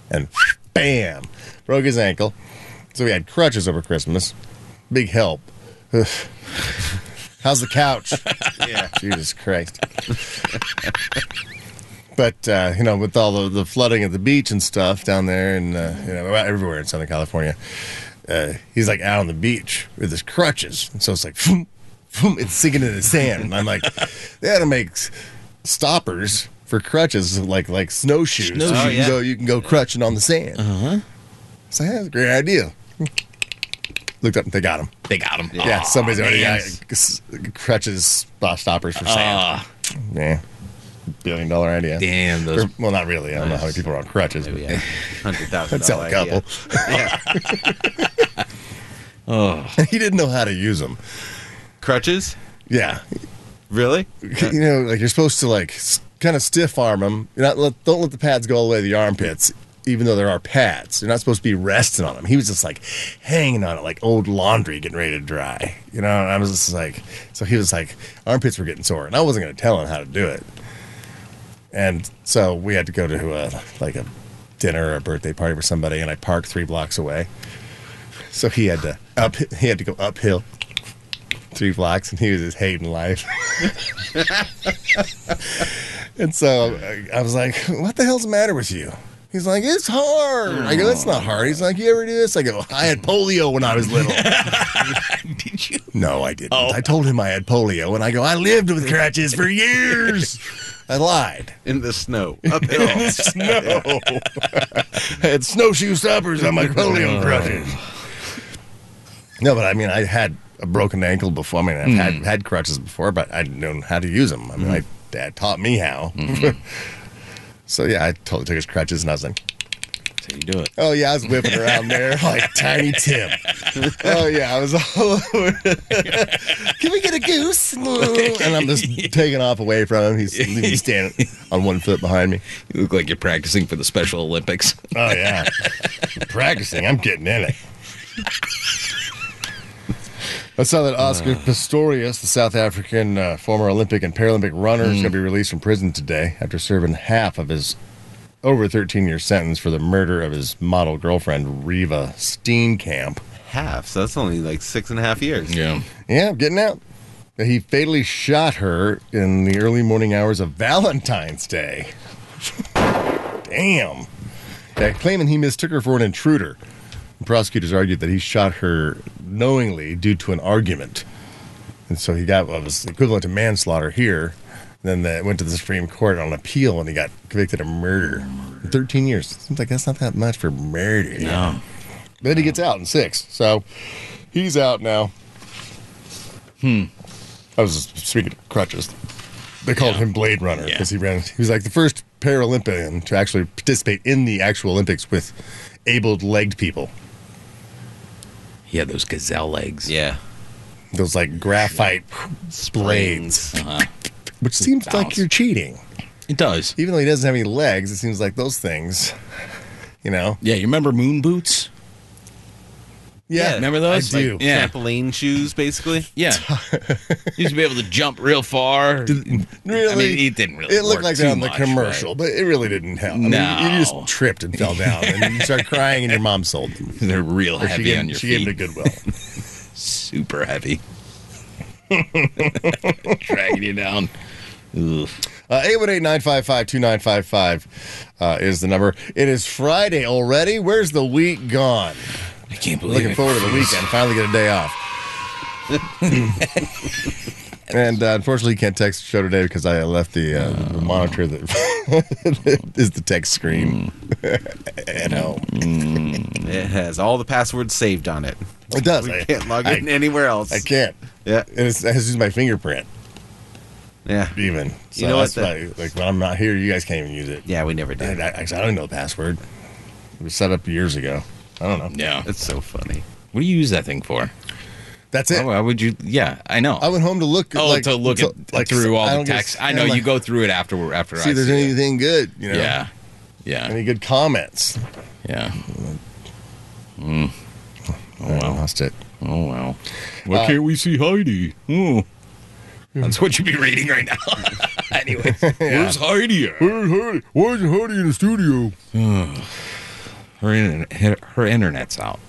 S3: and bam, broke his ankle. So we had crutches over Christmas. Big help. Ugh. How's the couch? yeah, Jesus Christ. But uh, you know, with all the, the flooding at the beach and stuff down there, and uh, you know, about everywhere in Southern California, uh, he's like out on the beach with his crutches, and so it's like, vroom, vroom, it's sinking into the sand. And I'm like, they had to make s- stoppers for crutches, like like snowshoes. so
S5: Snowshoes.
S3: you
S5: Oh, yeah.
S3: can go, you can go crutching on the sand. Uh-huh. So yeah, that's a great idea. Looked up and they got him.
S10: they got him.
S3: yeah, somebody's already
S10: man.
S3: got s- crutches spot stoppers for sand.
S10: Ah,
S3: yeah, billion dollar idea.
S10: damn those.
S3: Or- well, not really. I don't know how many people are on crutches.
S5: Maybe a hundred thousand.
S3: I'd sell a couple.
S5: Yeah.
S10: Oh,
S3: he didn't know how to use them.
S5: Crutches?
S3: Yeah,
S5: Really?
S3: you know, like you're supposed to like kind of stiff arm them. You're not let, don't let the pads go all the way to the armpits, even though there are pads. You're not supposed to be resting on them. He was just like hanging on it, like old laundry getting ready to dry. You know, and I was just like, so he was like, armpits were getting sore, and I wasn't going to tell him how to do it. And so we had to go to a like a dinner or a birthday party for somebody, and I parked three blocks away. So he had to up, he had to go uphill three blocks, and he was just hating life. And so I- I was like, what the hell's the matter with you? He's like, it's hard. I go, that's not hard. He's like, you ever do this? I go, I had polio when I was little.
S10: did you? Oh.
S3: no, I didn't. I told him I had polio, and I go, I lived with crutches for years. I lied.
S5: In the snow, uphill.
S3: Snow. I had snowshoe stoppers on my
S10: Oh.
S3: polio crutches. No, but I mean, I had a broken ankle before. I mean, I've
S10: Hmm.
S3: had, had crutches before, but I didn't know how to use them. I mean, my dad taught me how.
S10: Hmm.
S3: so yeah, I totally took his crutches, and I was like,
S10: So you do it.
S3: Oh yeah, I was whipping around there like Tiny Tim. Oh yeah, I was all over. Can we get a goose? And I'm just taking off away from him. He's, he's standing on one foot behind me.
S10: You look like you're practicing for the Special Olympics.
S3: Oh yeah, practicing. I'm getting in it. That's now that Oscar Pistorius, the South African uh, former Olympic and Paralympic runner, is
S10: Mm.
S3: going to be released from prison today after serving half of his over 13 year sentence for the murder of his model girlfriend, Reva Steenkamp.
S5: Half, so that's only like six and a half years.
S10: Yeah.
S3: Yeah, getting out. He fatally shot her in the early morning hours of Valentine's Day. Damn. Yeah, claiming he mistook her for an intruder. Prosecutors argued that he shot her knowingly due to an argument. And so he got what was equivalent to manslaughter here. Then that went to the Supreme Court on appeal and he got convicted of murder. 13 years. Seems like that's not that much for murder. No. Then he gets out in six. So he's out now. Hmm. I was speaking of crutches. They called him Blade Runner because he ran. He was like the first Paralympian to actually participate in the actual Olympics with able-legged people.
S10: He had those gazelle legs.
S5: Yeah.
S3: Those like graphite blades,
S10: Uh-huh.
S3: which seems like you're cheating.
S10: It does.
S3: Even though he doesn't have any legs, it seems like those things. You know.
S10: Yeah, you remember moon boots?
S3: Yeah,
S10: remember those?
S3: I do.
S10: Like, yeah.
S5: Trampoline shoes, basically.
S10: Yeah. used to be able to jump real far.
S3: Really?
S10: I mean, it didn't really.
S3: It looked
S10: work
S3: like
S10: too
S3: that on the
S10: much,
S3: commercial,
S10: right?
S3: but it really didn't help. I mean,
S10: No.
S3: you just tripped and fell down, and you start crying, and your mom sold them.
S10: They're real
S3: Or she
S10: heavy
S3: gave-
S10: on your
S3: she
S10: feet.
S3: gave them to Goodwill.
S10: Super heavy. Dragging you down.
S3: Uh, 818-955-2955 uh, is the number. It is Friday already. Where's the week gone?
S10: I can't
S5: believe
S3: Looking
S5: it.
S3: forward to the weekend. Finally get a day off. and uh, unfortunately, you can't text the show today because I left the, uh, the monitor that is the text screen
S5: Mm.
S3: at home.
S5: It has all the passwords saved on it.
S3: It does.
S5: We
S3: I-
S5: can't log
S3: I-
S5: in anywhere else.
S3: I can't.
S5: Yeah.
S3: And it's, it has to use my fingerprint.
S5: Yeah.
S3: Even. So
S5: know what
S3: that's
S5: the-
S3: why, like, when I'm not here, you guys can't even use it.
S5: Yeah, we never did.
S3: I, I, I don't know the password. It was set up years ago. I don't know.
S10: Yeah.
S5: It's so funny.
S10: What do you use that thing for?
S3: That's it.
S10: Why, why would you? Yeah, I know.
S3: I went home to look.
S10: oh,
S3: Eh. like,
S10: to look
S3: so-
S10: at, through
S3: I
S10: all the
S3: don't get-
S10: text. I
S3: I'm
S10: know
S3: like,
S10: you go through it after after
S3: See,
S10: I
S3: if there's
S10: see it.
S3: anything good. You know.
S10: Yeah, yeah,
S3: Any good comments?
S10: yeah. Mm. Oh
S3: I
S10: well.
S3: lost it.
S10: Oh well. Why
S3: Uh, Hmm.
S10: can't we see Heidi? Oh. That's what you'd be reading right now. anyway, where's Heidi? at?
S3: Where's Hardy? Why isn't Hardy in the studio?
S10: Her, internet, her, her internet's out.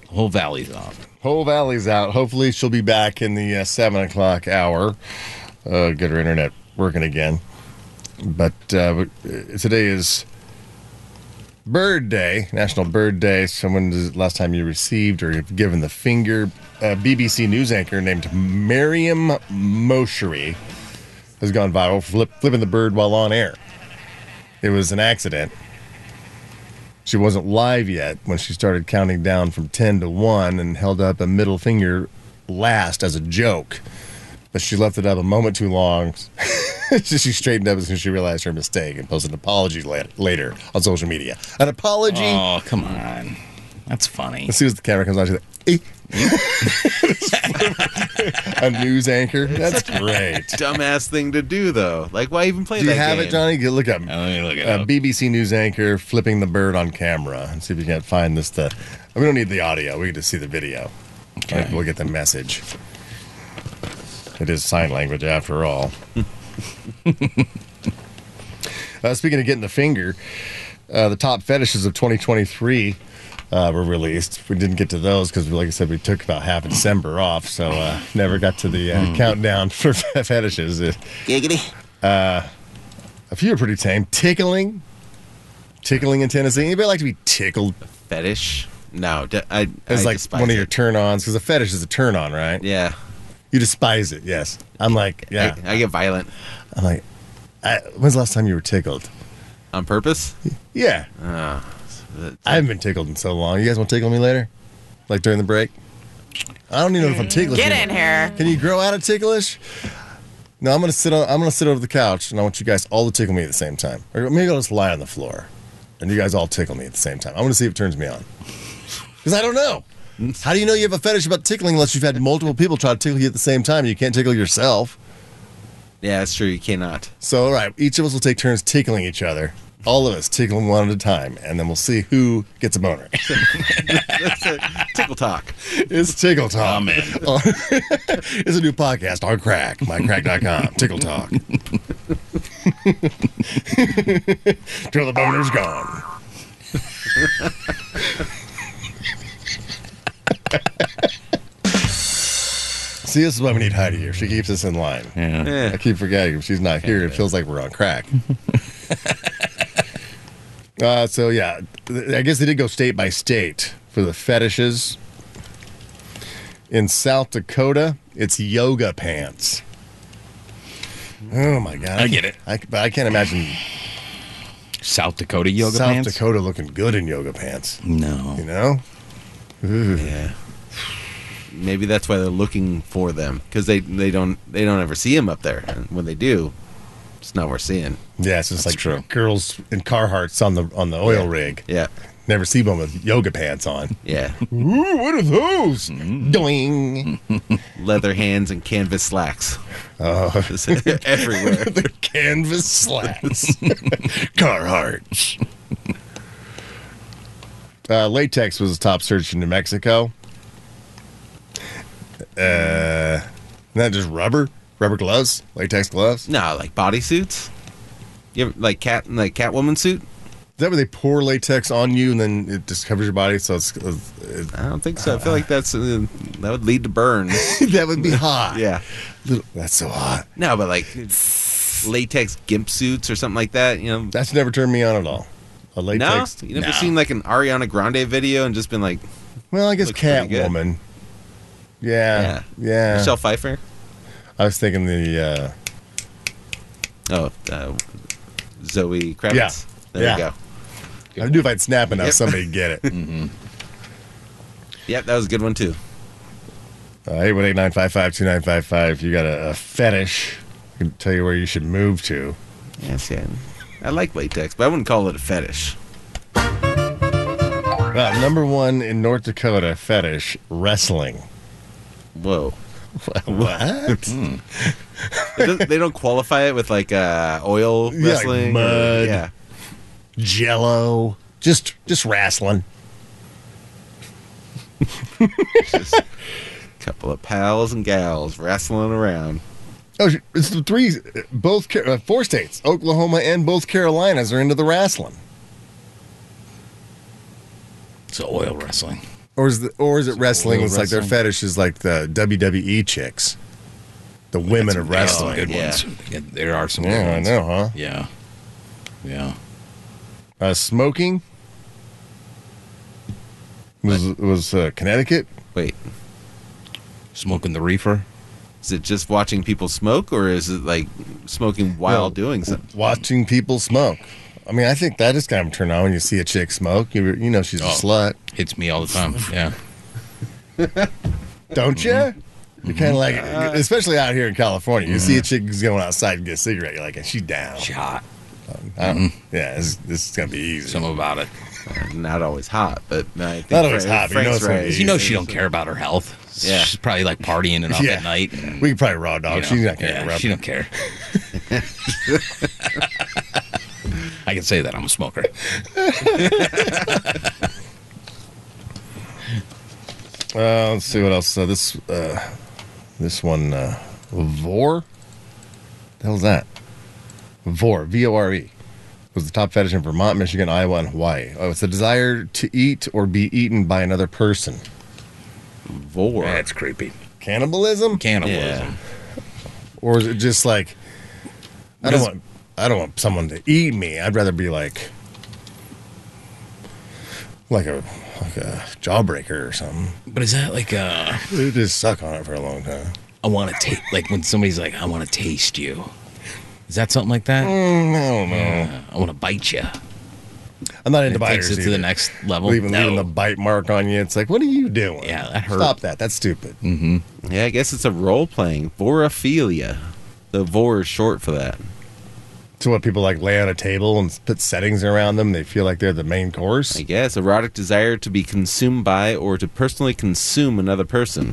S10: The whole valley's out.
S3: Whole Valley's out. Hopefully, she'll be back in the uh, seven o'clock hour. Uh, get her internet working again. But, uh, but uh, today is Bird Day, National Bird Day. Someone does- last time you received or have given the finger. Uh, A BBC news anchor named Miriam Moshery has gone viral for flip, flipping the bird while on air. It was an accident. She wasn't live yet when she started counting down from 10 to 1 and held up a middle finger last as a joke. But she left it up a moment too long. she straightened up as soon as she realized her mistake and posted an apology la- later on social media. An apology.
S10: Oh come on, that's funny.
S3: As soon as the camera comes on, she's like, "Eh." a news anchor. That's great.
S5: Dumbass thing to do, though. Like, why even play
S3: Do you
S5: that
S3: have it,
S5: game?
S3: Johnny? Go Look up
S10: Now, let me look it
S3: uh,
S10: up.
S3: BBC news anchor flipping the bird on camera and see if you can't find this. The we don't need the audio; we can just see the video.
S10: Okay.
S3: Like, we'll get the message. It is sign language after all. uh, speaking of getting the finger, uh, the top fetishes of 2023 uh, were released. We didn't get to those because, like I said, we took about half of December off, so uh, never got to the
S10: Hmm.
S3: uh, countdown for fetishes. Uh,
S8: Giggity.
S3: a few are pretty tame. Tickling, tickling in Tennessee. Anybody like to be tickled?
S5: Fetish? No. d I I
S3: It's like
S5: despise
S3: one of
S5: it.
S3: your turn-ons because a fetish is a turn-on, right?
S5: Yeah.
S3: You despise it. Yes. I'm like, yeah.
S5: I, I get violent
S3: I'm like, I, when's the last time you were tickled?
S5: on purpose.
S3: Yeah,
S5: Uh, that-
S3: I haven't been tickled in so long. You guys want to tickle me later, like during the break? I don't even know if I'm ticklish.
S6: Mm. Get
S3: anymore.
S6: in here.
S3: Can you grow out of ticklish? No, I'm gonna sit on. I'm gonna sit over the couch, and I want you guys all to tickle me at the same time. Or maybe I'll just lie on the floor, and you guys all tickle me at the same time. I want to see if it turns me on. Because I don't know. How do you know you have a fetish about tickling unless you've had multiple people try to tickle you at the same time? You can't tickle yourself.
S5: yeah, it's true. You cannot.
S3: So, all right, each of us will take turns tickling each other all of us tickle them one at a time, and then we'll see who gets a boner.
S5: tickle talk.
S3: It's tickle talk. it's a new podcast on crack, mycrack.com. Tickle talk. Till the boner's gone. See, this is why we need Heidi here. She keeps us in line.
S10: Yeah.
S3: I keep forgetting if she's not here. It feels like we're on crack. uh, so yeah, th- I guess they did go state by state for the fetishes. In South Dakota, it's yoga pants. Oh my god!
S10: I get it.
S3: I, but I can't imagine
S10: South Dakota yoga
S3: South
S10: pants.
S3: Dakota looking good in yoga pants.
S10: No.
S3: You know?
S5: Yeah. Maybe that's why they're looking for them because they they don't they don't ever see them up there. And when they do, it's not worth seeing.
S3: Yeah, it's just like girls in Carhartts on the on the oil rig.
S5: Yeah,
S3: never see one with yoga pants on.
S5: Yeah,
S3: Ooh, what are those?
S10: Mm.
S3: Doing
S5: leather hands and canvas slacks.
S3: Oh,
S5: everywhere.
S3: the canvas slats. Carhartt. Uh, latex was a top search in New Mexico. Uh, not just rubber, rubber gloves, latex gloves.
S5: No, like bodysuits. You ever, like cat like Catwoman suit?
S3: Is that where they pour latex on you and then it just covers your body? So it's.
S5: I don't think so. I feel like that's uh, that would lead to burns.
S3: that would be hot.
S5: yeah.
S3: Little, that's so hot.
S5: No, but like latex gimp suits or something like that. You know.
S3: That's never turned me on at all. A latex.
S5: no, you never seen like an Ariana Grande video and just been like
S3: Well, I guess
S5: Looks pretty good.
S3: Catwoman. Yeah, yeah.
S5: Michelle Pfeiffer.
S3: I was thinking the. Uh,
S5: Oh, uh, Zoe Kravitz.
S3: Yeah.
S5: There
S3: Yeah.
S5: you go.
S3: I knew if I'd snap enough,
S5: Yep.
S3: somebody'd get it. mm-hmm.
S5: Yep, that was a good one too.
S3: Uh, 818-955-2955. You got a, a fetish. I can tell you where you should move to.
S5: Yes, yeah. I like latex, but I wouldn't call it a fetish.
S3: Uh, number one in North Dakota fetish wrestling.
S5: Whoa.
S3: What? Hmm.
S5: It doesn't- they don't qualify it with like uh, oil
S3: Yeah, like
S5: wrestling. or-
S3: mud.
S5: yeah.
S3: Jello. Just just wrestling.
S5: couple of pals and gals wrestling around.
S3: Oh, it's the three, both Ca- uh, four states, Oklahoma and both Carolinas are into the wrestling.
S10: It's oil wrestling.
S3: Or is the, or is it wrestling?
S10: oil
S3: It's like their
S10: wrestling.
S3: fetish is like the WWE chicks, the women of wrestling.
S10: Good ones. Oh, Yeah, there are some.
S3: Yeah,
S10: good
S3: I
S10: ones.
S3: know, huh?
S10: Yeah. Yeah.
S3: Uh, smoking was was uh, Connecticut.
S5: Wait,
S10: Smoking the reefer.
S5: is it just watching people smoke, or is it like smoking while
S3: No.
S5: doing something?
S3: Watching people smoke. I mean, I think that is kind of a turn on when you see a chick smoke. You you know she's a
S10: Oh.
S3: slut,
S10: Hits me all the time. Yeah.
S3: don't
S10: Mm-hmm.
S3: you? You're kind of like,
S10: Uh,
S3: especially out here in California, you see a chick who's going outside and get a cigarette. You're like, and she down.
S10: Mm-hmm. She mm-hmm. hot.
S3: I don't- Yeah, this, this is gonna be easy.
S10: Something about it.
S5: Not always hot, but I think
S3: Not always
S5: Fra-
S3: hot, but you know it's
S5: Frank's
S3: gonna be
S5: right.
S10: 'Cause you know she don't care about her health.
S5: Yeah.
S10: She's probably like partying and up
S3: Yeah.
S10: at night. and,
S3: we could probably raw
S10: you
S3: dog.
S10: know,
S3: She's not gonna
S10: yeah,
S3: interrupt.
S10: She don't care. I can say that I'm a smoker.
S3: Uh, let's see what else. So this uh, this one, uh, Vor. The hell's that? Vor V O R E was the top fetish in Vermont, Michigan, Iowa, and Hawaii. Oh, it's the desire to eat or be eaten by another person.
S5: Vor.
S10: That's creepy.
S3: Cannibalism,
S10: Cannibalism.
S3: or is it just like I don't
S5: Because-
S3: want I don't want someone to eat me. I'd rather be like like a like a jawbreaker or something.
S10: But is that like uh
S3: They just suck on it for a long time.
S10: I want to taste like when somebody's like I want to taste you. Is that something like that?
S3: Mm, I don't know.
S10: Uh, I want to bite you.
S3: I'm not into
S10: It
S3: biters.
S10: takes it to the
S3: either.
S10: next level.
S3: leaving,
S10: No.
S3: leaving the bite mark on you. It's like, what are you doing?
S10: Yeah, that hurt.
S3: Stop that. That's stupid.
S5: Yeah, I guess it's a role playing vorophilia. The vor is short for that.
S3: To what people like lay on a table and put settings around them. They feel like they're the main course.
S5: I guess erotic desire to be consumed by or to personally consume another person.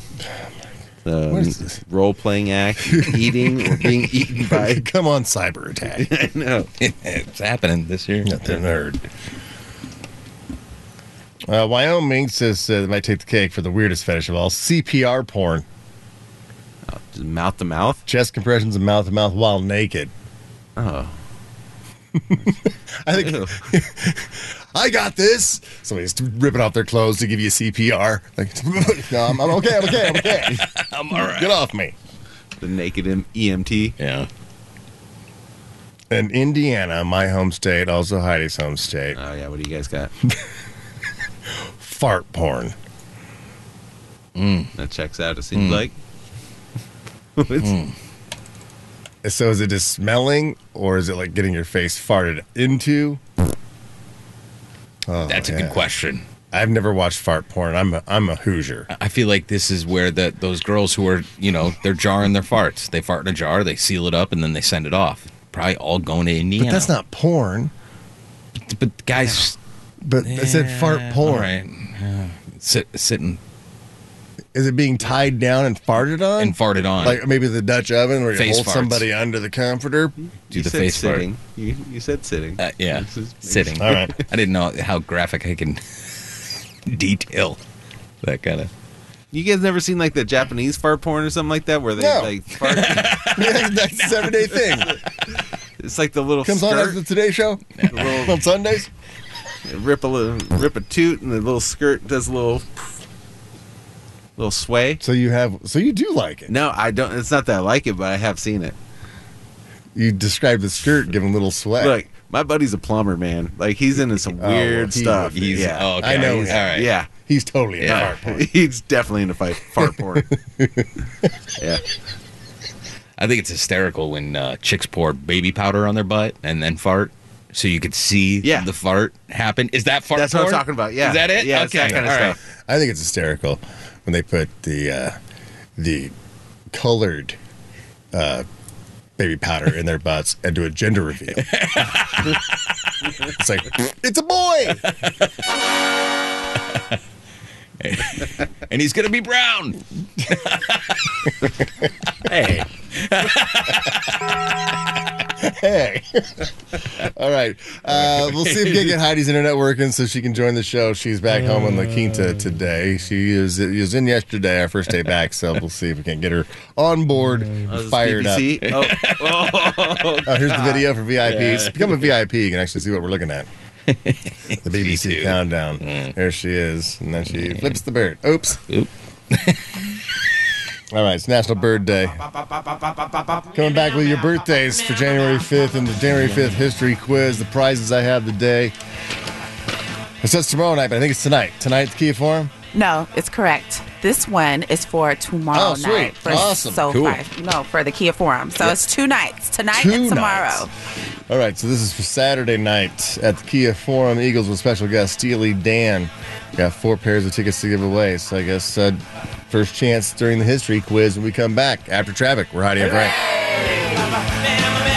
S5: um,
S3: Where's-
S5: role playing act, eating or being eaten by.
S3: Come on, cyber attack.
S5: I know.
S10: it's happening this year.
S3: Nothing nerd. Uh, Wyoming says uh, they might take the cake for the weirdest fetish of all CPR porn.
S5: Mouth to mouth?
S3: Chest compressions and mouth to mouth while naked.
S5: Oh.
S3: I think I got this. Somebody's ripping off their clothes to give you CPR. Like, no, I'm, I'm okay. I'm okay. I'm okay.
S10: I'm all right.
S3: Get off me.
S5: The naked E M- EMT.
S10: Yeah.
S3: And Indiana, my home state, also Heidi's home state.
S5: Oh, yeah. What do you guys got?
S3: Fart porn.
S10: Mm.
S5: That checks out, it seems
S10: Mm.
S5: like. It's-
S10: Hmm.
S3: So is it just smelling, or is it like getting your face farted into? Oh,
S10: That's a
S3: yeah.
S10: good question.
S3: I've never watched fart porn. I'm a, I'm a Hoosier.
S10: I feel like this is where the, those girls who are, you know, they're jarring their farts. They fart in a jar, they seal it up, and then they send it off. Probably all going to Indiana.
S3: But that's not porn.
S10: But, but guys,
S3: But I said fart
S10: Yeah,
S3: porn.
S10: all right. Yeah. Sit, sitting
S3: Is it being tied down and farted on?
S10: and farted on.
S3: like maybe the Dutch oven where you
S10: Face
S3: hold
S10: farts.
S3: somebody under the comforter.
S10: do
S5: you
S10: the
S5: said
S10: face fart.
S5: sitting. You, you said sitting.
S10: Uh, yeah,
S5: This is-
S10: sitting.
S3: All right.
S10: I didn't know how graphic I can detail that kind of.
S5: You guys never seen like the Japanese fart porn or something like that where they
S3: No.
S5: like fart?
S3: Yeah, that's a seven day thing.
S5: it's like the little
S3: Comes on
S5: skirt,
S3: after the Today Show
S5: the little
S3: on Sundays.
S5: rip a little, rip a toot, and the little skirt does a little little sway.
S3: So you have, so you do like it.
S5: No, I don't. It's not that I like it, but I have seen it.
S3: You described the skirt giving a little sweat.
S5: Look, my buddy's a plumber, man. Like he's into some
S3: Oh, well,
S5: weird
S3: he
S5: stuff.
S3: would be.
S10: He's-
S5: yeah,
S10: oh, okay.
S3: I know
S10: He's,
S3: him.
S10: all right.
S5: yeah.
S3: he's totally a
S5: Yeah,
S3: fart porn.
S5: he's definitely into fight, fart porn. yeah,
S10: I think it's hysterical when uh, chicks pour baby powder on their butt and then fart, so you could see
S5: Yeah.
S10: the fart happen. Is that fart?
S5: that's what I'm
S10: porn?
S5: talking about. Yeah,
S10: Is that it?
S5: Yeah, it's
S10: Okay.
S5: that kind of
S10: All right.
S5: stuff.
S3: I think it's hysterical when they put the uh, the colored uh, baby powder in their butts and do a gender reveal. it's like it's a boy.
S10: And he's gonna be brown.
S11: Hey,
S3: Hey. All right. Uh, we'll see if we can get Heidi's internet working so she can join the show. She's back home in La Quinta
S5: Uh.
S3: today. She is, is in yesterday, our first day back. So we'll see if we can get her on board,
S5: Oh, this is
S3: fired up.
S5: BBC? Oh.
S3: Oh, here's the video for VIPs. Become a VIP. You can actually see what we're looking at. The BBC
S10: too.
S3: countdown. There she is, and then she flips the bird. Oops.
S10: Oop.
S3: All right, it's National Bird Day. Coming back with your birthdays for January 5th and the January 5th history quiz. The prizes I have today. It says tomorrow night, but I think it's tonight. Tonight's Kia Forum.
S6: No, it's correct. This one is for tomorrow
S3: Oh, sweet.
S6: night. For
S3: Awesome.
S6: So
S3: Cool.
S6: far- no, for the Kia Forum. So it's two nights, tonight
S3: Two
S6: and
S3: nights.
S6: tomorrow.
S3: All right, so this is for Saturday night at the Kia Forum Eagles with special guest Steely Dan. Got four pairs of tickets to give away, so I guess uh, first chance during the history quiz when we come back after traffic. We're Heidi and Frank.
S8: Bam, bam, bam.